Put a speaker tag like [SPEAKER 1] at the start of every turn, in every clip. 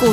[SPEAKER 1] 股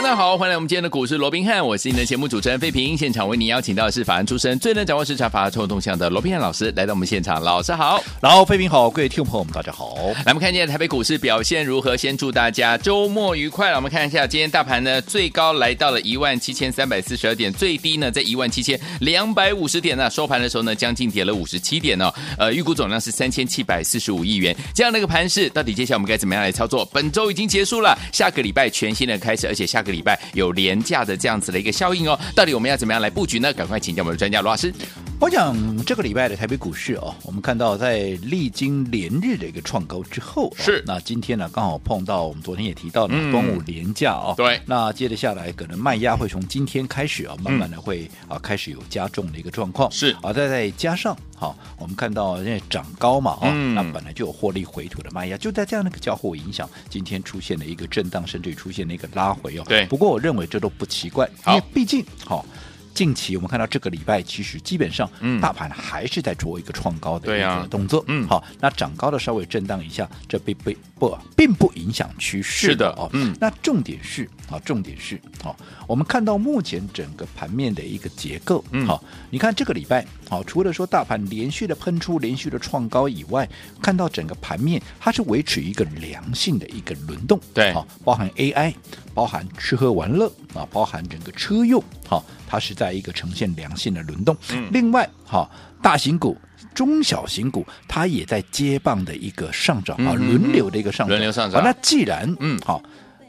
[SPEAKER 2] 家好，欢迎来我们今天的股市罗宾汉，我是你的节目主持人费平。现场为您邀请到的是法案出身、最能掌握市场法案冲动向的罗宾汉老师，来到我们现场。老师好，
[SPEAKER 3] 然后，飞平好，各位听众朋友们，大家好。
[SPEAKER 2] 来我们看一下台北股市表现如何，先祝大家周末愉快。我们看一下今天大盘呢，最高来到了一万七千三百四十二点，最低呢在一万七千两百五十点呢、收盘的时候呢，将近跌了五十七点哦。呃，预估总量是三千七百四十五亿元，这样的一个盘势，到底接下来我们该怎么样来操作？本周已经结束了，下个礼拜全新的开始，而且下个礼拜有廉价的这样子的一个效应哦。到底我们要怎么样来布局呢？赶快请教我们的专家罗老师。
[SPEAKER 3] 我想这个礼拜的台北股市哦，我们看到在历经连日的一个创高之后、哦，
[SPEAKER 2] 是
[SPEAKER 3] 那今天呢刚好碰到我们昨天也提到的
[SPEAKER 2] 嗯
[SPEAKER 3] 端午连假哦，
[SPEAKER 2] 对
[SPEAKER 3] 那接着下来可能卖压会从今天开始啊、慢慢的会啊、开始有加重的一个状况，
[SPEAKER 2] 是
[SPEAKER 3] 啊，再再加上好、我们看到因为涨高嘛哦，
[SPEAKER 2] 嗯
[SPEAKER 3] 那本来就有获利回吐的卖压，就在这样的一个交互影响，今天出现了一个震荡，甚至于出现了一个拉回哦，
[SPEAKER 2] 对
[SPEAKER 3] 不过我认为这都不奇怪，
[SPEAKER 2] 好
[SPEAKER 3] 因为毕竟好。近期我们看到这个礼拜，其实基本上
[SPEAKER 2] 嗯
[SPEAKER 3] 大盘还是在做一个创高的
[SPEAKER 2] 对
[SPEAKER 3] 一
[SPEAKER 2] 啊
[SPEAKER 3] 个动作。
[SPEAKER 2] 嗯
[SPEAKER 3] 好，那涨高的稍微震荡一下，这并不不并不影响趋势。
[SPEAKER 2] 是的
[SPEAKER 3] 哦，
[SPEAKER 2] 嗯
[SPEAKER 3] 那重点是啊，重点是哦，我们看到目前整个盘面的一个结构，
[SPEAKER 2] 嗯
[SPEAKER 3] 好、你看这个礼拜，好、除了说大盘连续的喷出、连续的创高以外，看到整个盘面它是维持一个良性的一个轮动，
[SPEAKER 2] 对
[SPEAKER 3] 好、包含 AI，包含吃喝玩乐啊，包含整个车用，好、它是在一个呈现良性的轮动。
[SPEAKER 2] 嗯
[SPEAKER 3] 另外，好、大型股。中小型股它也在接棒的一个上涨
[SPEAKER 2] 嗯
[SPEAKER 3] 啊，
[SPEAKER 2] 嗯嗯
[SPEAKER 3] 轮流的一个上涨，啊
[SPEAKER 2] 轮流上涨
[SPEAKER 3] 好那既然啊
[SPEAKER 2] 嗯
[SPEAKER 3] 好。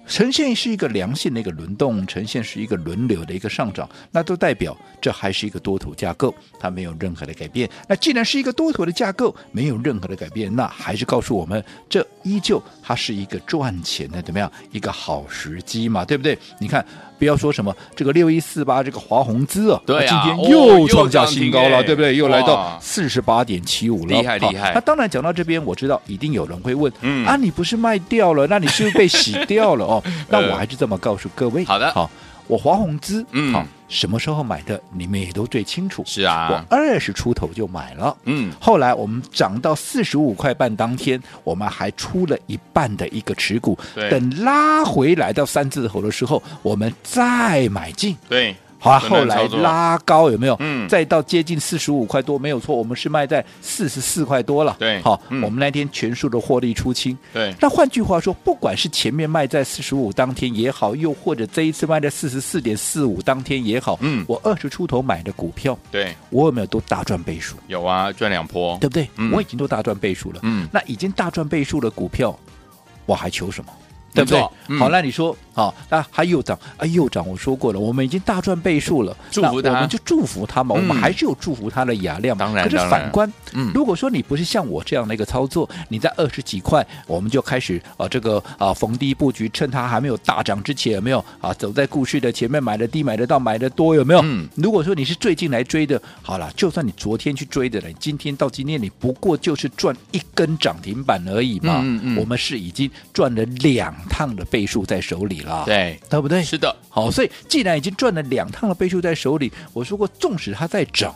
[SPEAKER 3] 呈现是一个良性的一个轮动，呈现是一个轮流的一个上涨，那都代表这还是一个多头架构，它没有任何的改变。那既然是一个多头的架构，没有任何的改变，那还是告诉我们，这依旧它是一个赚钱的怎么样一个好时机嘛，对不对？你看，不要说什么这个六一四八这个华宏资哦，
[SPEAKER 2] 对啊
[SPEAKER 3] 今
[SPEAKER 2] 哦
[SPEAKER 3] 天又
[SPEAKER 2] 又
[SPEAKER 3] 创下
[SPEAKER 2] 涨停
[SPEAKER 3] 新高了，
[SPEAKER 2] 哎
[SPEAKER 3] 对不对？又来
[SPEAKER 2] 哇
[SPEAKER 3] 到四十八点七五了，
[SPEAKER 2] 厉害
[SPEAKER 3] 好
[SPEAKER 2] 厉害
[SPEAKER 3] 那当然讲到这边，我知道一定有人会问，
[SPEAKER 2] 嗯
[SPEAKER 3] 啊，你不是卖掉了？那你是不是被洗掉了 哦？那我还是这么告诉各位，
[SPEAKER 2] 呃好的
[SPEAKER 3] 好，我华宏资，
[SPEAKER 2] 嗯
[SPEAKER 3] 好，什么时候买的，你们也都最清楚。
[SPEAKER 2] 是
[SPEAKER 3] 我
[SPEAKER 2] 啊，
[SPEAKER 3] 二十出头就买了，
[SPEAKER 2] 嗯
[SPEAKER 3] 后来我们涨到四十五块半当天，我们还出了一半的一个持股
[SPEAKER 2] 对，
[SPEAKER 3] 等拉回来到三字头的时候，我们再买进。
[SPEAKER 2] 对，
[SPEAKER 3] 好、啊，
[SPEAKER 2] 很难
[SPEAKER 3] 后来
[SPEAKER 2] 操作
[SPEAKER 3] 拉高有没有？
[SPEAKER 2] 嗯
[SPEAKER 3] 再到接近四十五块多，没有错，我们是卖在四十四块多了。
[SPEAKER 2] 对
[SPEAKER 3] 好、
[SPEAKER 2] 嗯
[SPEAKER 3] 我们那天全数的获利出清。
[SPEAKER 2] 对，
[SPEAKER 3] 那换句话说，不管是前面卖在四十五当天也好，又或者这一次卖在四十四点四五当天也好，
[SPEAKER 2] 嗯
[SPEAKER 3] 我二十出头买的股票，
[SPEAKER 2] 对，
[SPEAKER 3] 我有没有都大赚倍数？
[SPEAKER 2] 有啊，赚两波，
[SPEAKER 3] 对不对？
[SPEAKER 2] 嗯
[SPEAKER 3] 我已经都大赚倍数了。
[SPEAKER 2] 嗯
[SPEAKER 3] 那已经大赚倍数的股票，我还求什么？对不对
[SPEAKER 2] 没错？嗯
[SPEAKER 3] 好，那你说，好，那还又涨，啊，又涨。我说过了，我们已经大赚倍数了，
[SPEAKER 2] 祝福
[SPEAKER 3] 那
[SPEAKER 2] 他
[SPEAKER 3] 我们就祝福他
[SPEAKER 2] 嗯
[SPEAKER 3] 嘛。我们还是有祝福他的雅量嘛。
[SPEAKER 2] 当然
[SPEAKER 3] 可是
[SPEAKER 2] 当然
[SPEAKER 3] 反观，
[SPEAKER 2] 嗯
[SPEAKER 3] 如果说你不是像我这样的一个操作，你在二十几块，我们就开始啊这个啊逢低布局，趁它还没有大涨之前，有没有啊走在股市的前面，买的低，买得到，买的多，有没有？
[SPEAKER 2] 嗯
[SPEAKER 3] 如果说你是最近来追的，好了，就算你昨天去追的了，你今天到今天你不过就是赚一根涨停板而已嘛。
[SPEAKER 2] 嗯嗯嗯
[SPEAKER 3] 我们是已经赚了两趟的倍数在手里了，
[SPEAKER 2] 对，
[SPEAKER 3] 对不对？
[SPEAKER 2] 是的，
[SPEAKER 3] 好，所以既然已经赚了两趟的倍数在手里，我说过，纵使它在涨，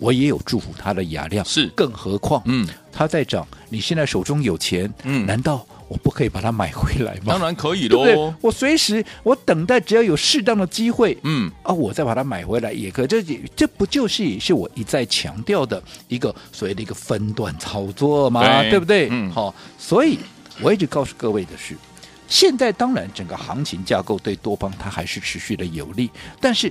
[SPEAKER 3] 我也有祝福它的雅量，
[SPEAKER 2] 是
[SPEAKER 3] 更何况，
[SPEAKER 2] 嗯，
[SPEAKER 3] 它在涨，你现在手中有钱，
[SPEAKER 2] 嗯
[SPEAKER 3] 难道我不可以把它买回来吗？
[SPEAKER 2] 当然哦可以
[SPEAKER 3] 对不对
[SPEAKER 2] 喽？，
[SPEAKER 3] 我随时，我等待，只要有适当的机会，
[SPEAKER 2] 嗯，
[SPEAKER 3] 啊，我再把它买回来也可以。这这不就是也是我一再强调的一个所谓的一个分段操作嘛，
[SPEAKER 2] 对
[SPEAKER 3] 对不对？
[SPEAKER 2] 嗯
[SPEAKER 3] 好、所以我一直告诉各位的是。现在当然，整个行情架构对多方它还是持续的有利，但是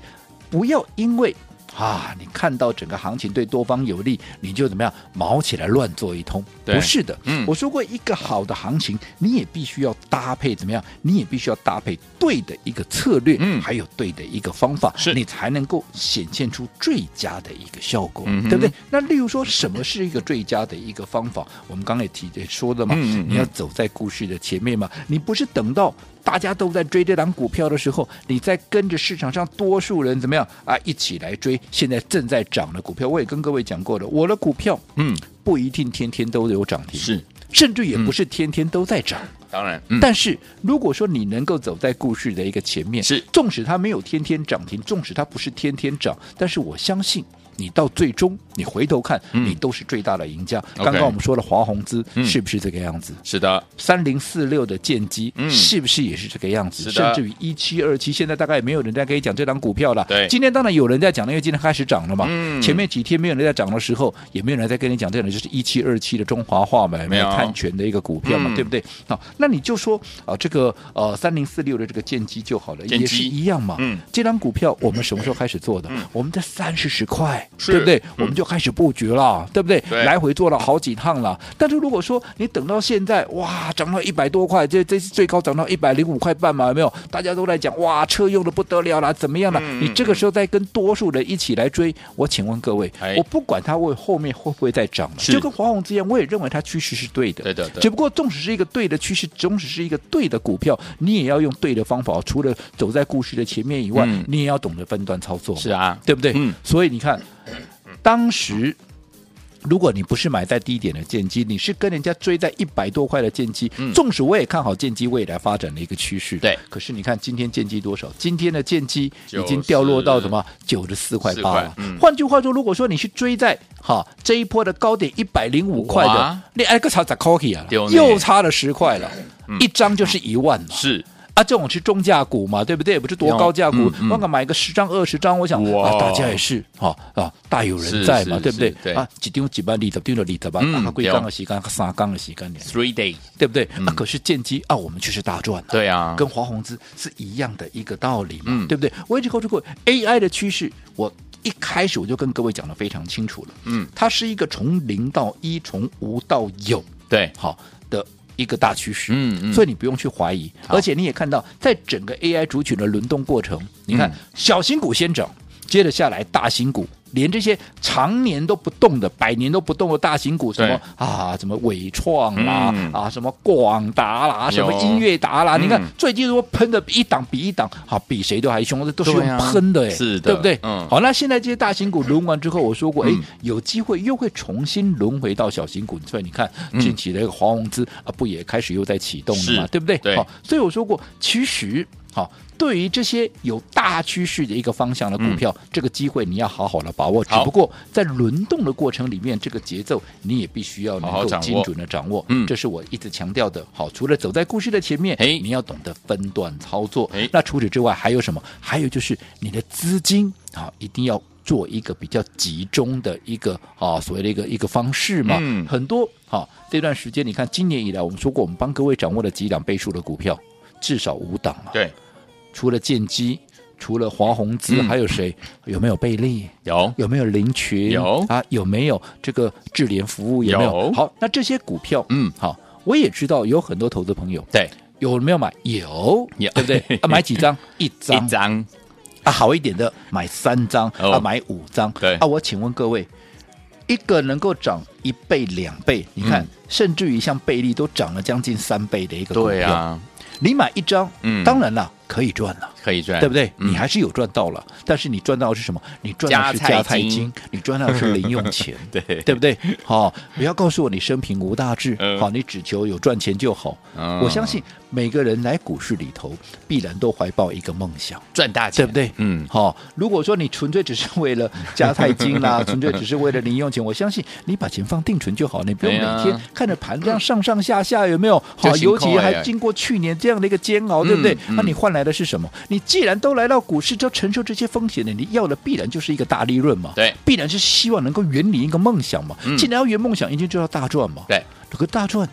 [SPEAKER 3] 不要因为啊，你看到整个行情对多方有利，你就怎么样毛起来乱做一通？
[SPEAKER 2] 对
[SPEAKER 3] 不是的，
[SPEAKER 2] 嗯
[SPEAKER 3] 我说过，一个好的行情，你也必须要搭配怎么样？你也必须要搭配对的一个策略，
[SPEAKER 2] 嗯
[SPEAKER 3] 还有对的一个方法，
[SPEAKER 2] 是
[SPEAKER 3] 你才能够显现出最佳的一个效果，
[SPEAKER 2] 嗯哼
[SPEAKER 3] 对不对？那例如说，什么是一个最佳的一个方法？我们刚才也提也说的嘛，
[SPEAKER 2] 嗯嗯嗯
[SPEAKER 3] 你要走在故事的前面嘛，你不是等到。大家都在追这档股票的时候，你在跟着市场上多数人怎么样啊？一起来追现在正在涨的股票。我也跟各位讲过的，我的股票
[SPEAKER 2] 嗯，
[SPEAKER 3] 不一定天天都有涨停，
[SPEAKER 2] 是，
[SPEAKER 3] 甚至也
[SPEAKER 2] 嗯
[SPEAKER 3] 不是天天都在涨。
[SPEAKER 2] 当然，嗯，
[SPEAKER 3] 但是如果说你能够走在故事的一个前面，
[SPEAKER 2] 是
[SPEAKER 3] 纵使它没有天天涨停，纵使它不是天天涨，但是我相信。你到最终，你回头看，
[SPEAKER 2] 嗯
[SPEAKER 3] 你都是最大的赢家。
[SPEAKER 2] OK
[SPEAKER 3] 刚刚我们说了华宏资
[SPEAKER 2] 嗯
[SPEAKER 3] 是不是这个样子？
[SPEAKER 2] 是的，
[SPEAKER 3] 三零四六的剑机
[SPEAKER 2] 嗯
[SPEAKER 3] 是不是也是这个样子？
[SPEAKER 2] 是的
[SPEAKER 3] 甚至于一七二七，现在大概也没有人在跟你讲这档股票了。
[SPEAKER 2] 对
[SPEAKER 3] 今天当然有人在讲了，因为今天开始涨了嘛。
[SPEAKER 2] 嗯
[SPEAKER 3] 前面几天没有人在涨的时候，也没有人在跟你讲这样的，就是一七二七的中华化嘛，
[SPEAKER 2] 没有
[SPEAKER 3] 碳权的一个股票嘛，
[SPEAKER 2] 嗯
[SPEAKER 3] 对不对？好，那你就说啊、这个呃三零四六的这个剑机就好了，
[SPEAKER 2] 剑机
[SPEAKER 3] 也是一样嘛。
[SPEAKER 2] 嗯
[SPEAKER 3] 这张股票我们什么时候开始做的？我们在三十十块，
[SPEAKER 2] 是
[SPEAKER 3] 对不对？
[SPEAKER 2] 嗯
[SPEAKER 3] 我们就开始布局了，对不对？
[SPEAKER 2] 对
[SPEAKER 3] 来回做了好几趟了。但是如果说你等到现在，哇，涨到一百多块，这这次最高涨到一百零五块半嘛，有没有？大家都在讲哇，车用的不得了啦，怎么样啦？
[SPEAKER 2] 嗯
[SPEAKER 3] 你这个时候再跟多数人一起来追，我请问各位，
[SPEAKER 2] 哎
[SPEAKER 3] 我不管它会后面会不会再涨了，
[SPEAKER 2] 是
[SPEAKER 3] 就跟华宏之一样，我也认为它趋势是对的。
[SPEAKER 2] 对的，对
[SPEAKER 3] 只不过，纵使是一个对的趋势，纵使是一个对的股票，你也要用对的方法。除了走在故事的前面以外，
[SPEAKER 2] 嗯
[SPEAKER 3] 你也要懂得分段操作嘛。
[SPEAKER 2] 是啊，
[SPEAKER 3] 对不对？
[SPEAKER 2] 嗯
[SPEAKER 3] 所以你看，当时。如果你不是买在低点的剑机，你是跟人家追在一百多块的剑机，
[SPEAKER 2] 嗯
[SPEAKER 3] 纵使我也看好剑机未来发展的一个趋势，
[SPEAKER 2] 对。
[SPEAKER 3] 可是你看今天剑机多少？今天的剑机已经
[SPEAKER 2] 90
[SPEAKER 3] 掉落到什么九十四块
[SPEAKER 2] 4
[SPEAKER 3] 八
[SPEAKER 2] 块
[SPEAKER 3] 了。
[SPEAKER 2] 嗯
[SPEAKER 3] 换句话说，如果说你是追在哈这一波的高点一百零五块的
[SPEAKER 2] 哇，
[SPEAKER 3] 你哎个差咋 c o k 啊
[SPEAKER 2] 对哦，
[SPEAKER 3] 又差了十块了，
[SPEAKER 2] 嗯
[SPEAKER 3] 一张就是一万嘛。
[SPEAKER 2] 是
[SPEAKER 3] 啊，这种是中价股嘛，对不对？不是多高价股
[SPEAKER 2] 嗯，嗯
[SPEAKER 3] 我敢买个十张、二十张，我想
[SPEAKER 2] 哇
[SPEAKER 3] 啊，大家也是啊啊，大有人在嘛，
[SPEAKER 2] 是
[SPEAKER 3] 对不对
[SPEAKER 2] 是？对
[SPEAKER 3] 啊，几丢几万，里头丢了里头吧，
[SPEAKER 2] 嗯
[SPEAKER 3] 啊，贵杠的洗干，三杠的洗干，
[SPEAKER 2] three day，
[SPEAKER 3] 对不对？
[SPEAKER 2] 嗯
[SPEAKER 3] 啊，可是剑机啊，我们却是大赚的。
[SPEAKER 2] 对啊，
[SPEAKER 3] 跟华宏资是一样的一个道理嘛，
[SPEAKER 2] 嗯
[SPEAKER 3] 对不对？我一直告诉各位，AI 的趋势，我一开始我就跟各位讲的非常清楚了，
[SPEAKER 2] 嗯，
[SPEAKER 3] 它是一个从零到一，从无到有，
[SPEAKER 2] 对，
[SPEAKER 3] 好的一个大趋势，
[SPEAKER 2] 嗯嗯
[SPEAKER 3] 所以你不用去怀疑，
[SPEAKER 2] 好
[SPEAKER 3] 而且你也看到，在整个 AI 族群的轮动过程，你看、
[SPEAKER 2] 嗯
[SPEAKER 3] 小型股先涨，接着下来大型股。连这些常年都不动的、百年都不动的大型股，什么啊，什么伟创啦，
[SPEAKER 2] 嗯
[SPEAKER 3] 啊，什么广达啦，什么
[SPEAKER 2] 有
[SPEAKER 3] 音乐达啦，你看
[SPEAKER 2] 嗯
[SPEAKER 3] 最近如果喷的一档比一档，好、比谁都还凶，这都是
[SPEAKER 2] 对啊
[SPEAKER 3] 用喷的、欸，
[SPEAKER 2] 是的
[SPEAKER 3] 对不对？
[SPEAKER 2] 嗯
[SPEAKER 3] 好，那现在这些大型股轮完之后，我说过，哎、
[SPEAKER 2] 嗯
[SPEAKER 3] 有机会又会重新轮回到小型股，所以你看
[SPEAKER 2] 嗯
[SPEAKER 3] 近期的一个华宏资啊，不也开始又在启动了嘛
[SPEAKER 2] 是，
[SPEAKER 3] 对不对？
[SPEAKER 2] 对
[SPEAKER 3] 好，所以我说过，其实好。对于这些有大趋势的一个方向的股票，这个机会你要好好的把握。只
[SPEAKER 2] 嗯好
[SPEAKER 3] 不过在轮动的过程里面，这个节奏你也必须要能
[SPEAKER 2] 好好
[SPEAKER 3] 够
[SPEAKER 2] 掌握
[SPEAKER 3] 精准的掌握。
[SPEAKER 2] 嗯
[SPEAKER 3] 这是我一直强调的。好，除了走在故事的前面，
[SPEAKER 2] 哎
[SPEAKER 3] 你要懂得分段操作
[SPEAKER 2] 哎。
[SPEAKER 3] 那除此之外还有什么？还有就是你的资金啊，一定要做一个比较集中的一个啊所谓的一个一个方式嘛。
[SPEAKER 2] 嗯
[SPEAKER 3] 很多好、这段时间，你看今年以来，我们说过，我们帮各位掌握了几档倍数的股票，至少五档了。
[SPEAKER 2] 对，
[SPEAKER 3] 除了建机，除了华宏资，
[SPEAKER 2] 嗯
[SPEAKER 3] 还有谁？有没有贝利？
[SPEAKER 2] 有，
[SPEAKER 3] 有没有林群？
[SPEAKER 2] 有
[SPEAKER 3] 啊，有没有这个智联服务？有没有？
[SPEAKER 2] 有
[SPEAKER 3] 好，那这些股票，
[SPEAKER 2] 嗯，
[SPEAKER 3] 好，我也知道有很多投资朋友
[SPEAKER 2] 对，
[SPEAKER 3] 有没有买？有，
[SPEAKER 2] 有
[SPEAKER 3] 对不对？ 啊，买几张？一张
[SPEAKER 2] 一张，
[SPEAKER 3] 啊，好一点的买三张，
[SPEAKER 2] 哦
[SPEAKER 3] 啊，买五张。
[SPEAKER 2] 对
[SPEAKER 3] 啊，我请问各位，一个能够涨一倍、两倍，你看，
[SPEAKER 2] 嗯
[SPEAKER 3] 甚至于像贝利都涨了将近三倍的一个股
[SPEAKER 2] 对
[SPEAKER 3] 票，
[SPEAKER 2] 啊，
[SPEAKER 3] 你买一张，
[SPEAKER 2] 嗯
[SPEAKER 3] 当然了，可以赚了。
[SPEAKER 2] 可以赚，
[SPEAKER 3] 对不对？
[SPEAKER 2] 嗯
[SPEAKER 3] 你还是有赚到了，但是你赚到的是什么？你赚到的是
[SPEAKER 2] 加菜
[SPEAKER 3] 加菜
[SPEAKER 2] 金，
[SPEAKER 3] 金，你赚到的是零用钱
[SPEAKER 2] 对
[SPEAKER 3] 对不对？好、不要告诉我你生平无大志，好、
[SPEAKER 2] 嗯
[SPEAKER 3] 你只求有赚钱就好。
[SPEAKER 2] 嗯
[SPEAKER 3] 我相信每个人来股市里头，必然都怀抱一个梦想。
[SPEAKER 2] 赚大钱，
[SPEAKER 3] 对不对？
[SPEAKER 2] 嗯，
[SPEAKER 3] 好、如果说你纯粹只是为了加菜金啦、 纯粹只是为了零用钱，我相信你把钱放定存就好，你不用
[SPEAKER 2] 对
[SPEAKER 3] 每
[SPEAKER 2] 呀
[SPEAKER 3] 天看着盘这样上上下下，有没有？好、
[SPEAKER 2] 就辛苦
[SPEAKER 3] 尤其
[SPEAKER 2] 哎
[SPEAKER 3] 还经过去年这样的一个煎熬，对不对？
[SPEAKER 2] 嗯
[SPEAKER 3] 那、你换来的是什么？你既然都来到股市，就承受这些风险了，你要的必然就是一个大利润嘛，
[SPEAKER 2] 对，
[SPEAKER 3] 必然是希望能够圆你一个梦想嘛。
[SPEAKER 2] 嗯
[SPEAKER 3] 既然要圆梦想，一定就要大赚嘛。
[SPEAKER 2] 对，
[SPEAKER 3] 这个大赚，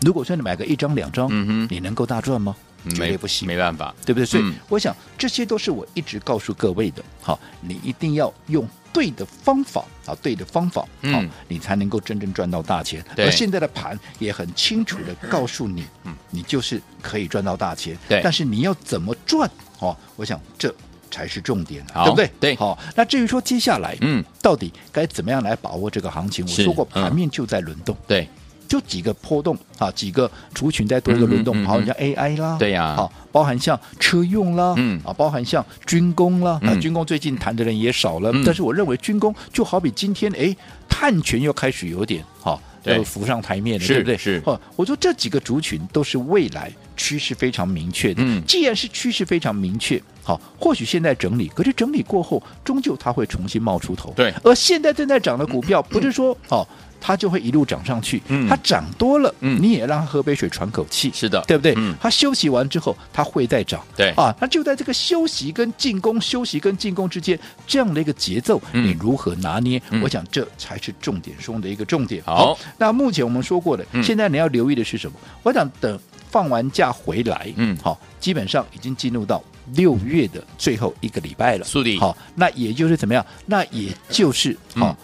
[SPEAKER 3] 如果说你买个一张两张，
[SPEAKER 2] 嗯
[SPEAKER 3] 你能够大赚吗？
[SPEAKER 2] 哼，
[SPEAKER 3] 绝对不行。
[SPEAKER 2] 没办法，
[SPEAKER 3] 对不对？所以
[SPEAKER 2] 嗯
[SPEAKER 3] 我想这些都是我一直告诉各位的。好，你一定要用对的方法啊，对的方法，好、
[SPEAKER 2] 嗯
[SPEAKER 3] 你才能够真正赚到大钱。
[SPEAKER 2] 对嗯
[SPEAKER 3] 而现在的盘也很清楚的告诉你，你就是可以赚到大钱。
[SPEAKER 2] 对
[SPEAKER 3] 但是你要怎么赚？哦，我想这。才是重点，
[SPEAKER 2] 好
[SPEAKER 3] 对不对？
[SPEAKER 2] 对
[SPEAKER 3] 好。那至于说接下来，
[SPEAKER 2] 嗯，
[SPEAKER 3] 到底该怎么样来把握这个行情？我
[SPEAKER 2] 是
[SPEAKER 3] 说过，
[SPEAKER 2] 嗯
[SPEAKER 3] 盘面就在轮动，
[SPEAKER 2] 对，
[SPEAKER 3] 就几个波动啊，几个族群在做一个轮
[SPEAKER 2] 嗯嗯
[SPEAKER 3] 动，
[SPEAKER 2] 嗯
[SPEAKER 3] 好，
[SPEAKER 2] 嗯
[SPEAKER 3] 你像 AI 啦，
[SPEAKER 2] 对呀
[SPEAKER 3] 好，包含像车用啦，
[SPEAKER 2] 啊嗯
[SPEAKER 3] 啊，包含像军工啦，啊
[SPEAKER 2] 嗯，
[SPEAKER 3] 军工最近谈的人也少了
[SPEAKER 2] 嗯，
[SPEAKER 3] 但是我认为军工就好比今天，哎，碳权又开始有点好。
[SPEAKER 2] 对
[SPEAKER 3] 呃浮上台面了，
[SPEAKER 2] 是
[SPEAKER 3] 对不对？
[SPEAKER 2] 是
[SPEAKER 3] 哦，我说这几个族群都是未来趋势非常明确的。
[SPEAKER 2] 嗯
[SPEAKER 3] 既然是趋势非常明确，好，或许现在整理，可是整理过后，终究它会重新冒出头。
[SPEAKER 2] 对
[SPEAKER 3] 而现在正在涨的股票，不是说哦。它就会一路涨上去，
[SPEAKER 2] 嗯
[SPEAKER 3] 它涨多了，
[SPEAKER 2] 嗯
[SPEAKER 3] 你也让它喝杯水喘口气，
[SPEAKER 2] 是的
[SPEAKER 3] 对不对？
[SPEAKER 2] 嗯
[SPEAKER 3] 它休息完之后，它会再涨，
[SPEAKER 2] 对
[SPEAKER 3] 啊，那就在这个休息跟进攻、休息跟进攻之间这样的一个节奏，
[SPEAKER 2] 嗯
[SPEAKER 3] 你如何拿捏？
[SPEAKER 2] 嗯
[SPEAKER 3] 我想这才是重点中的一个重点。
[SPEAKER 2] 好
[SPEAKER 3] 那目前我们说过的，
[SPEAKER 2] 嗯
[SPEAKER 3] 现在你要留意的是什么？我想等放完假回来，
[SPEAKER 2] 嗯
[SPEAKER 3] 好，基本上已经进入到六月的最后一个礼拜了。
[SPEAKER 2] 速递
[SPEAKER 3] 好，那也就是怎么样？那也就是
[SPEAKER 2] 嗯
[SPEAKER 3] 好。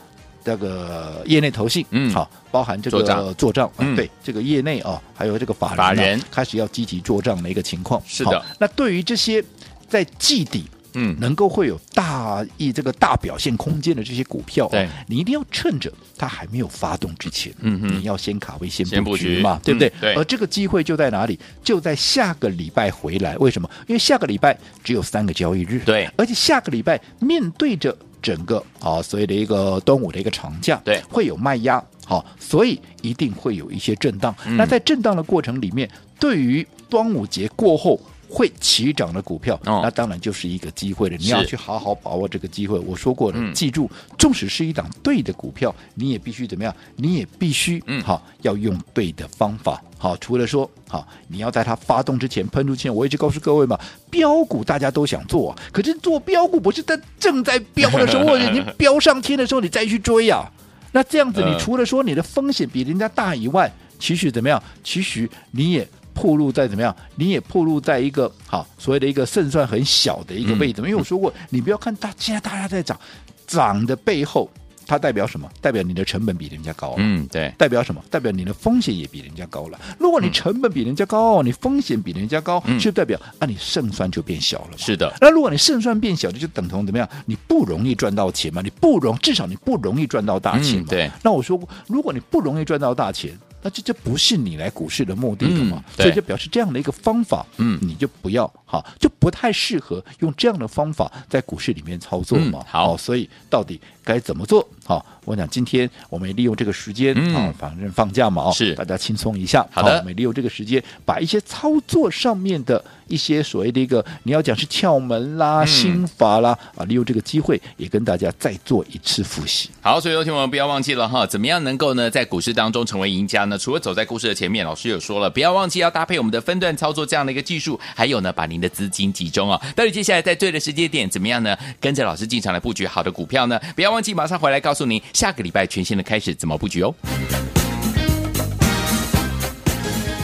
[SPEAKER 3] 这个业内投信，
[SPEAKER 2] 嗯
[SPEAKER 3] 好，包含这
[SPEAKER 2] 做
[SPEAKER 3] 个
[SPEAKER 2] 账
[SPEAKER 3] 做账，啊
[SPEAKER 2] 嗯
[SPEAKER 3] 对这个业内啊，还有这个法人啊
[SPEAKER 2] 法人
[SPEAKER 3] 开始要积极做账的一个情况。
[SPEAKER 2] 是的
[SPEAKER 3] 好，那对于这些在季底
[SPEAKER 2] 嗯，
[SPEAKER 3] 能够会有大以这个大表现空间的这些股票、哦
[SPEAKER 2] 对，
[SPEAKER 3] 你一定要趁着它还没有发动之前，
[SPEAKER 2] 嗯哼
[SPEAKER 3] 你要先卡位先
[SPEAKER 2] 先
[SPEAKER 3] 布
[SPEAKER 2] 布
[SPEAKER 3] 局
[SPEAKER 2] 局
[SPEAKER 3] 嘛，对不对、
[SPEAKER 2] 嗯对
[SPEAKER 3] 而这个机会就在哪里？就在下个礼拜回来。为什么？因为下个礼拜只有三个交易日，
[SPEAKER 2] 对
[SPEAKER 3] 而且下个礼拜面对着整个啊所谓的一个端午的一个长假，
[SPEAKER 2] 对
[SPEAKER 3] 会有卖压，好、所以一定会有一些震荡。
[SPEAKER 2] 嗯
[SPEAKER 3] 那在震荡的过程里面，对于端午节过后。会起涨的股票，
[SPEAKER 2] 哦
[SPEAKER 3] 那当然就是一个机会了。你
[SPEAKER 2] 是
[SPEAKER 3] 要去好好把握这个机会。我说过了，
[SPEAKER 2] 嗯
[SPEAKER 3] 记住，纵使是一档对的股票，你也必须怎么样？你也必须
[SPEAKER 2] 嗯
[SPEAKER 3] 好要用对的方法。好，除了说好，你要在它发动之前喷出去。我一直告诉各位嘛，标股大家都想做、啊，可是做标股不是在正在飙的时候，或者已经飙上天的时候，你再去追啊。那这样子，
[SPEAKER 2] 嗯
[SPEAKER 3] 你除了说你的风险比人家大以外，其实怎么样？其实你也暴露在怎么样？你也暴露在一个好所谓的一个胜算很小的一
[SPEAKER 2] 嗯
[SPEAKER 3] 个位置。因为我说过，你不要看大现在大家在涨，涨的背后它代表什么？代表你的成本比人家高啊、
[SPEAKER 2] 嗯，对，
[SPEAKER 3] 代表什么？代表你的风险也比人家高了。如果你成本比人家高，你风险比人家高，
[SPEAKER 2] 嗯
[SPEAKER 3] 就代表啊，你胜算就变小了嘛。
[SPEAKER 2] 是的，
[SPEAKER 3] 那如果你胜算变小，这就等同怎么样？你不容易赚到钱嘛，你不容，至少你不容易赚到大钱
[SPEAKER 2] 嗯
[SPEAKER 3] 嘛。
[SPEAKER 2] 对。
[SPEAKER 3] 那我说过，如果你不容易赚到大钱，那这这不是你来股市的目的了嘛？
[SPEAKER 2] 嗯对
[SPEAKER 3] 所以就表示这样的一个方法，
[SPEAKER 2] 嗯
[SPEAKER 3] 你就不要哈，就不太适合用这样的方法在股市里面操作嘛。
[SPEAKER 2] 嗯好
[SPEAKER 3] 哦所以到底该怎么做？好、我想今天我们也利用这个时间啊、
[SPEAKER 2] 嗯
[SPEAKER 3] 反正放假嘛，哦，
[SPEAKER 2] 是
[SPEAKER 3] 大家轻松一下。
[SPEAKER 2] 好的
[SPEAKER 3] 我们利用这个时间，把一些操作上面的一些所谓的一个你要讲是窍门啦、
[SPEAKER 2] 嗯
[SPEAKER 3] 心法啦啊，利用这个机会也跟大家再做一次复习。
[SPEAKER 2] 好，所以有听我们不要忘记了哈，怎么样能够呢在股市当中成为赢家呢？除了走在故事的前面，老师有说了，不要忘记要搭配我们的分段操作这样的一个技术，还有呢把您的资金集中哦。到底接下来在对的时间点怎么样呢？跟着老师进场来布局好的股票呢？不要忘记马上回来告诉您下个礼拜全新的开始怎么布局哦。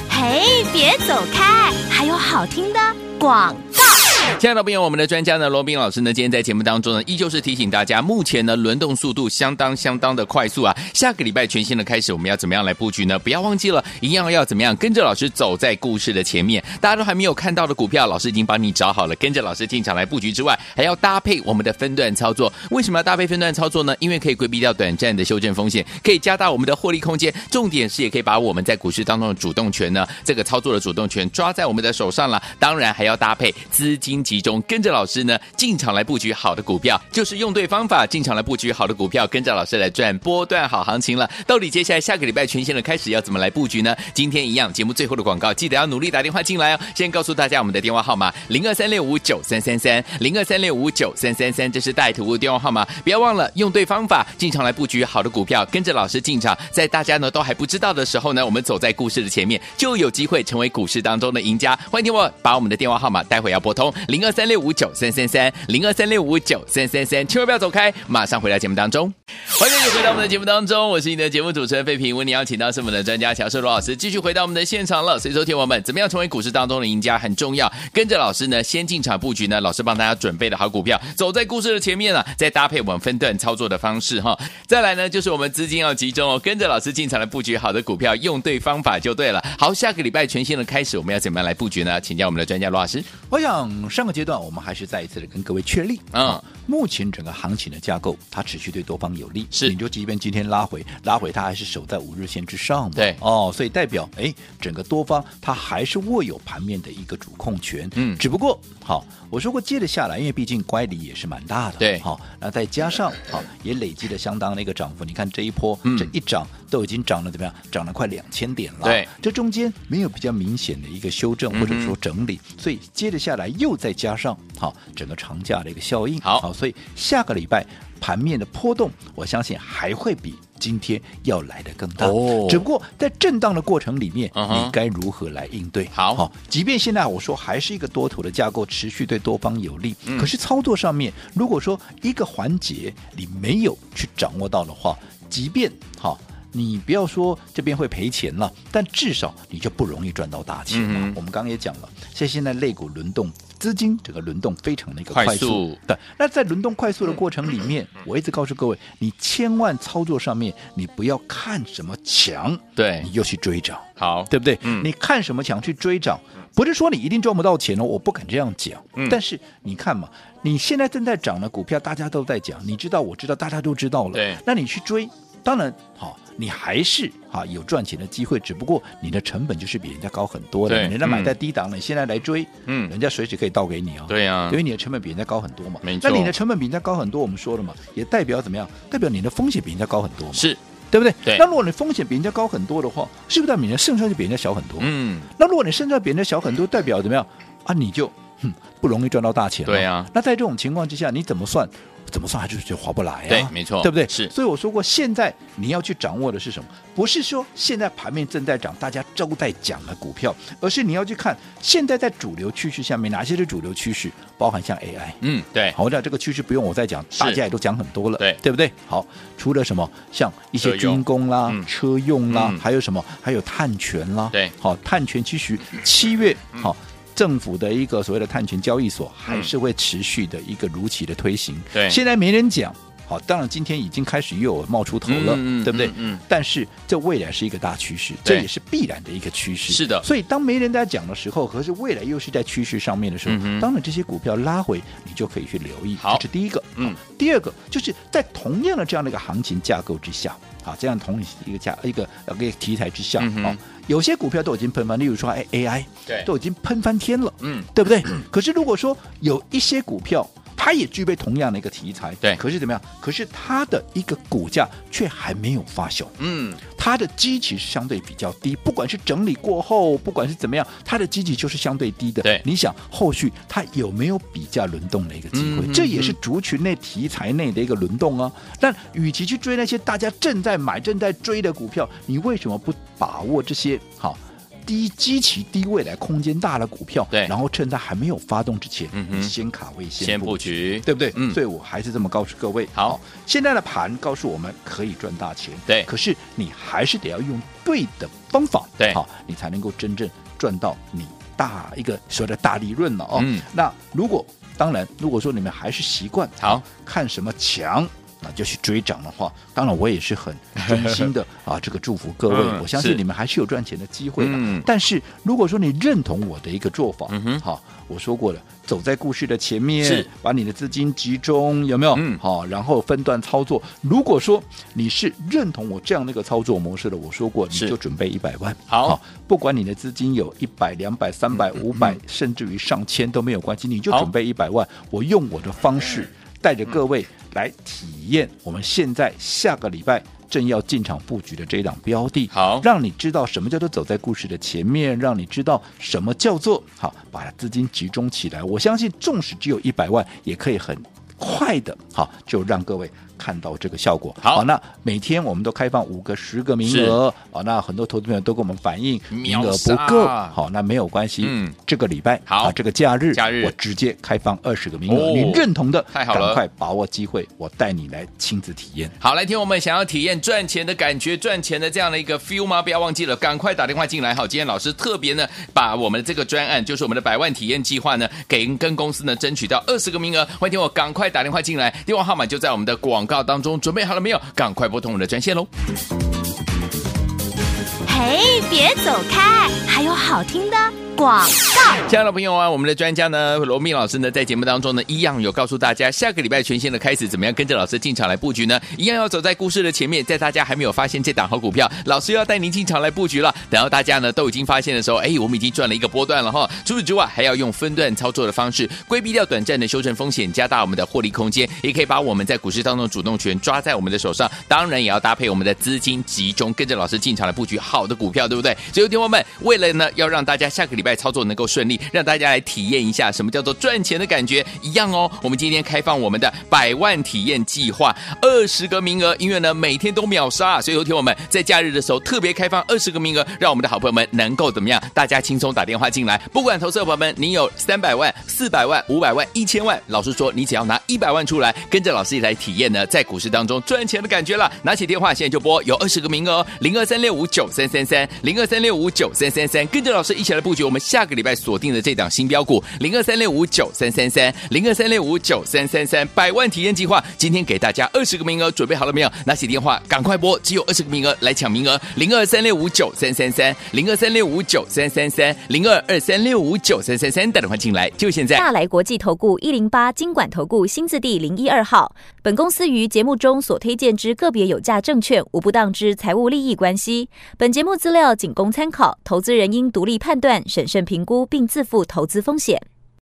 [SPEAKER 1] 嘿，别走开，还有好听的广告。
[SPEAKER 2] 亲爱的朋友我们的专家呢，罗斌老师呢，今天在节目当中呢，依旧是提醒大家，目前呢轮动速度相当相当的快速啊。下个礼拜全新的开始，我们要怎么样来布局呢？不要忘记了，一样要怎么样跟着老师走在故事的前面。大家都还没有看到的股票，老师已经帮你找好了，跟着老师进场来布局之外，还要搭配我们的分段操作。为什么要搭配分段操作呢？因为可以规避掉短暂的修正风险，可以加大我们的获利空间。重点是也可以把我们在股市当中的主动权呢，这个操作的主动权抓在我们的手上了。当然还要搭配资金集中，跟着老师呢进场来布局好的股票，就是用对方法进场来布局好的股票，跟着老师来赚波段好行情了。到底接下来下个礼拜全线的开始要怎么来布局呢？今天一样，节目最后的广告，记得要努力打电话进来哦。先告诉大家我们的电话号码零二三六五九三三三零二三六五九三三三，这是带图的电话号码，不要忘了用对方法进场来布局好的股票，跟着老师进场，在大家呢都还不知道的时候呢，我们走在故事的前面，就有机会成为股市当中的赢家。欢迎听我把我们的电话号码待会要拨通零二三六五九三三三零二三六五九三三三，千万不要走开，马上回到节目当中。欢迎你回到我们的节目当中，我是你的节目主持人费平，为你邀请到是我们的专家乔世罗老师，继续回到我们的现场了。所以说，听我们怎么样成为股市当中的赢家很重要，跟着老师呢，先进场布局呢，老师帮大家准备的好股票，走在故事的前面啊，再搭配我们分段操作的方式哈。再来呢，就是我们资金要集中哦，跟着老师进场来布局好的股票，用对方法就对了。好，下个礼拜全新的开始，我们要怎么样来布局呢？请教我们的专家罗老师。
[SPEAKER 3] 我想上个阶段我们还是再一次的跟各位确立，
[SPEAKER 2] 嗯
[SPEAKER 3] 啊目前整个行情的架构，它持续对多方有利。
[SPEAKER 2] 是
[SPEAKER 3] 你就即便今天拉回，拉回它还是守在五日线之上嘛。
[SPEAKER 2] 对
[SPEAKER 3] 哦，所以代表哎，整个多方它还是握有盘面的一个主控权。
[SPEAKER 2] 嗯
[SPEAKER 3] 只不过好，我说过接着下来，因为毕竟乖离也是蛮大的。
[SPEAKER 2] 对
[SPEAKER 3] 好，那再加上好也累积了相当的一个涨幅。你看这一波，
[SPEAKER 2] 嗯
[SPEAKER 3] 这一涨都已经涨了怎么样？涨了快两千点了。
[SPEAKER 2] 对，
[SPEAKER 3] 这中间没有比较明显的一个修正
[SPEAKER 2] 嗯哼
[SPEAKER 3] 或者说整理，所以接着下来又再加上好整个长假的一个效应，
[SPEAKER 2] 好
[SPEAKER 3] 所以下个礼拜盘面的波动，我相信还会比。今天要来的更大，
[SPEAKER 2] 哦
[SPEAKER 3] 只不过在震荡的过程里面，
[SPEAKER 2] 嗯哼
[SPEAKER 3] 你该如何来应对？
[SPEAKER 2] 好
[SPEAKER 3] 即便现在我说还是一个多头的架构，持续对多方有利，
[SPEAKER 2] 嗯
[SPEAKER 3] 可是操作上面，如果说一个环节你没有去掌握到的话，即便好。你不要说这边会赔钱了，但至少你就不容易赚到大钱了。
[SPEAKER 2] 嗯哼
[SPEAKER 3] 啊我们刚刚也讲了，像现在肋骨轮动，资金这个轮动非常的一个快
[SPEAKER 2] 快
[SPEAKER 3] 速。
[SPEAKER 2] 速
[SPEAKER 3] 对，那在轮动快速的过程里面，我一直告诉各位，你千万操作上面，你不要看什么强，
[SPEAKER 2] 对
[SPEAKER 3] 你，又去追涨。
[SPEAKER 2] 好，
[SPEAKER 3] 对不对？
[SPEAKER 2] 嗯
[SPEAKER 3] 你看什么强去追涨，不是说你一定赚不到钱哦，我不敢这样讲。
[SPEAKER 2] 嗯
[SPEAKER 3] 但是你看嘛，你现在正在涨的股票，大家都在讲，你知道，我知道，大家都知道了。
[SPEAKER 2] 对
[SPEAKER 3] 那你去追，当然好。你还是哈有赚钱的机会，只不过你的成本就是比人家高很多的。
[SPEAKER 2] 对
[SPEAKER 3] 人家买在低档了，你现在来追，
[SPEAKER 2] 嗯
[SPEAKER 3] 人家随时可以倒给你啊。
[SPEAKER 2] 对呀
[SPEAKER 3] 因为你的成本比人家高很多嘛。
[SPEAKER 2] 没错
[SPEAKER 3] 那你的成本比人家高很多，我们说了嘛，也代表怎么样？代表你的风险比人家高很多嘛。
[SPEAKER 2] 是，
[SPEAKER 3] 对不对？
[SPEAKER 2] 对
[SPEAKER 3] 那如果你风险比人家高很多的话，是不是代表你的胜算就比人家小很多？
[SPEAKER 2] 嗯，
[SPEAKER 3] 那如果你胜算比人家小很多，代表怎么样啊？你就哼不容易赚到大钱了。
[SPEAKER 2] 对啊
[SPEAKER 3] 那在这种情况之下，你怎么算？怎么算还就是划不来啊？
[SPEAKER 2] 对没错
[SPEAKER 3] 对不对？
[SPEAKER 2] 是
[SPEAKER 3] 所以我说过，现在你要去掌握的是什么？不是说现在盘面正在涨，大家都在讲的股票，而是你要去看现在在主流趋势下面哪些是主流趋势，包含像 AI。
[SPEAKER 2] 嗯，对，
[SPEAKER 3] 好，那这个趋势不用我再讲，
[SPEAKER 2] 是
[SPEAKER 3] 大家也都讲很多了，
[SPEAKER 2] 对
[SPEAKER 3] 对不对？好，除了什么像一些
[SPEAKER 2] 车用
[SPEAKER 3] 军工啦、
[SPEAKER 2] 嗯
[SPEAKER 3] 车用啦，
[SPEAKER 2] 嗯
[SPEAKER 3] 还有什么？还有碳权啦，
[SPEAKER 2] 对嗯
[SPEAKER 3] 好，碳权其实七月好。政府的一个所谓的碳权交易所还是会持续的一个如期的推行。
[SPEAKER 2] 对
[SPEAKER 3] 现在没人讲，好，当然今天已经开始又有冒出头了，
[SPEAKER 2] 嗯嗯
[SPEAKER 3] 对不对？
[SPEAKER 2] 嗯嗯
[SPEAKER 3] 但是这未来是一个大趋势，
[SPEAKER 2] 对
[SPEAKER 3] 这也是必然的一个趋势。
[SPEAKER 2] 是的
[SPEAKER 3] 所以当没人在讲的时候，可是未来又是在趋势上面的时候，
[SPEAKER 2] 嗯哼
[SPEAKER 3] 当然这些股票拉回，你就可以去留意。
[SPEAKER 2] 好
[SPEAKER 3] 这是第一个。
[SPEAKER 2] 嗯，
[SPEAKER 3] 第二个就是在同样的这样的一个行情架构之下，啊，这样同一个价一个呃一个题材之下，
[SPEAKER 2] 嗯哼
[SPEAKER 3] 啊，有些股票都已经喷翻，例如说哎 AI，
[SPEAKER 2] 对
[SPEAKER 3] 都已经喷翻天了，
[SPEAKER 2] 嗯，
[SPEAKER 3] 对不对？可是如果说有一些股票，它也具备同样的一个题材，
[SPEAKER 2] 对
[SPEAKER 3] 可是怎么样？可是它的一个股价却还没有发酵，
[SPEAKER 2] 嗯，
[SPEAKER 3] 它的基期是相对比较低，不管是整理过后，不管是怎么样，它的基期就是相对低的。
[SPEAKER 2] 对
[SPEAKER 3] 你想后续它有没有比价轮动的一个机会？
[SPEAKER 2] 嗯嗯
[SPEAKER 3] 这也是族群内题材内的一个轮动啊。但与其去追那些大家正在买、正在追的股票，你为什么不把握这些好？低基期、低未来空间大的股票，
[SPEAKER 2] 对
[SPEAKER 3] 然后趁它还没有发动之前，
[SPEAKER 2] 嗯哼
[SPEAKER 3] 你先卡位、
[SPEAKER 2] 先布局，
[SPEAKER 3] 对不对？
[SPEAKER 2] 嗯
[SPEAKER 3] 所以我还是这么告诉各位，
[SPEAKER 2] 好，
[SPEAKER 3] 现在的盘告诉我们可以赚大钱，
[SPEAKER 2] 对
[SPEAKER 3] 可是你还是得要用对的方法，
[SPEAKER 2] 对
[SPEAKER 3] 好，你才能够真正赚到你大一个所谓的大利润了哦。
[SPEAKER 2] 嗯
[SPEAKER 3] 那如果当然，如果说你们还是习惯
[SPEAKER 2] 好
[SPEAKER 3] 看什么强。那就去追涨的话，当然我也是很真 心的啊，这个祝福各位，
[SPEAKER 2] 嗯
[SPEAKER 3] 我相信
[SPEAKER 2] 是
[SPEAKER 3] 你们还是有赚钱的机会的。
[SPEAKER 2] 嗯
[SPEAKER 3] 但是如果说你认同我的一个做法，
[SPEAKER 2] 嗯哼
[SPEAKER 3] 好，我说过了，走在故事的前面，
[SPEAKER 2] 是
[SPEAKER 3] 把你的资金集中，有没有？
[SPEAKER 2] 嗯
[SPEAKER 3] 好，然后分段操作。如果说你是认同我这样的一个操作模式的，我说过，你
[SPEAKER 2] 是
[SPEAKER 3] 就准备一百万。
[SPEAKER 2] 好嗯
[SPEAKER 3] 不管你的资金有一百、两百、三百、五百，甚至于上千都没有关系，你就
[SPEAKER 2] 好嗯
[SPEAKER 3] 准备一百万。我用我的方式带着各位来体验我们现在下个礼拜。正要进场布局的这一档标的，
[SPEAKER 2] 好
[SPEAKER 3] 让你知道什么叫做走在故事的前面，让你知道什么叫做好，把资金集中起来。我相信，纵使只有一百万，也可以很快的，好就让各位看到这个效果。
[SPEAKER 2] 好
[SPEAKER 3] 那每天我们都开放五个、十个名
[SPEAKER 2] 是
[SPEAKER 3] 额，好，那很多投资朋友都跟我们反映名
[SPEAKER 2] 秒
[SPEAKER 3] 额不
[SPEAKER 2] 杀
[SPEAKER 3] 够，好，那没有关系，
[SPEAKER 2] 嗯
[SPEAKER 3] 这个礼拜
[SPEAKER 2] 好
[SPEAKER 3] 啊这个假日，
[SPEAKER 2] 假日
[SPEAKER 3] 我直接开放二十个名额，
[SPEAKER 2] 哦
[SPEAKER 3] 你认同的，
[SPEAKER 2] 太好了
[SPEAKER 3] 赶快把握机会，我带你来亲自体验。
[SPEAKER 2] 好，来听我们想要体验赚钱的感觉、赚钱的这样的一个 feel 吗？不要忘记了，赶快打电话进来。好，今天老师特别呢，把我们这个专案，就是我们的百万体验计划呢，给跟公司呢争取到二十个名额。欢迎听我赶快打电话进来，电话号码就在我们的广告当中。准备好了没有？赶快拨通我们的专线喽！
[SPEAKER 1] 嘿，别走开，还有好听的广
[SPEAKER 2] 亲爱的朋友啊，我们的专家呢，罗密老师呢，在节目当中呢，一样有告诉大家，下个礼拜全新的开始，怎么样跟着老师进场来布局呢？一样要走在故事的前面，在大家还没有发现这档好股票，老师要带您进场来布局了。等到大家呢都已经发现的时候，哎，我们已经赚了一个波段了哈。除此之啊外，还要用分段操作的方式，规避掉短暂的修正风险，加大我们的获利空间，也可以把我们在股市当中主动权抓在我们的手上。当然，也要搭配我们的资金集中，跟着老师进场来布局好的股票，对不对？所以，听众们，为了呢要让大家下个礼拜操作能够顺利，让大家来体验一下什么叫做赚钱的感觉，一样哦。我们今天开放我们的百万体验计划，二十个名额，因为呢每天都秒杀、所以有听我们在假日的时候特别开放二十个名额，让我们的好朋友们能够怎么样？大家轻松打电话进来，不管投资者朋友们，您有三百万、四百万、五百万、一千万，老师说你只要拿一百万出来，跟着老师一起来体验呢，在股市当中赚钱的感觉了。拿起电话现在就拨，有二十个名额、哦，零二三六五九三三三，零二三六五九三三三，跟着老师一起来布局我们下个礼拜锁定的这档新标股，零二三六五九三三三，零二三六五九三三三，百万体验计划，今天给大家二十个名额，准备好了没有？拿起电话赶快拨，只有二十个名额，来抢名额，零二三六五九三三三，零二三六五九三三三，零二二三六五九三三三，打电话进来，就现在。
[SPEAKER 4] 大来国际投顾一零八金管投顾新字第零一二号。本公司于节目中所推荐之个别有价证券，无不当之财务利益关系。本节目资料仅供参考，投资人应独立判断、审慎评估，并自负投资风险。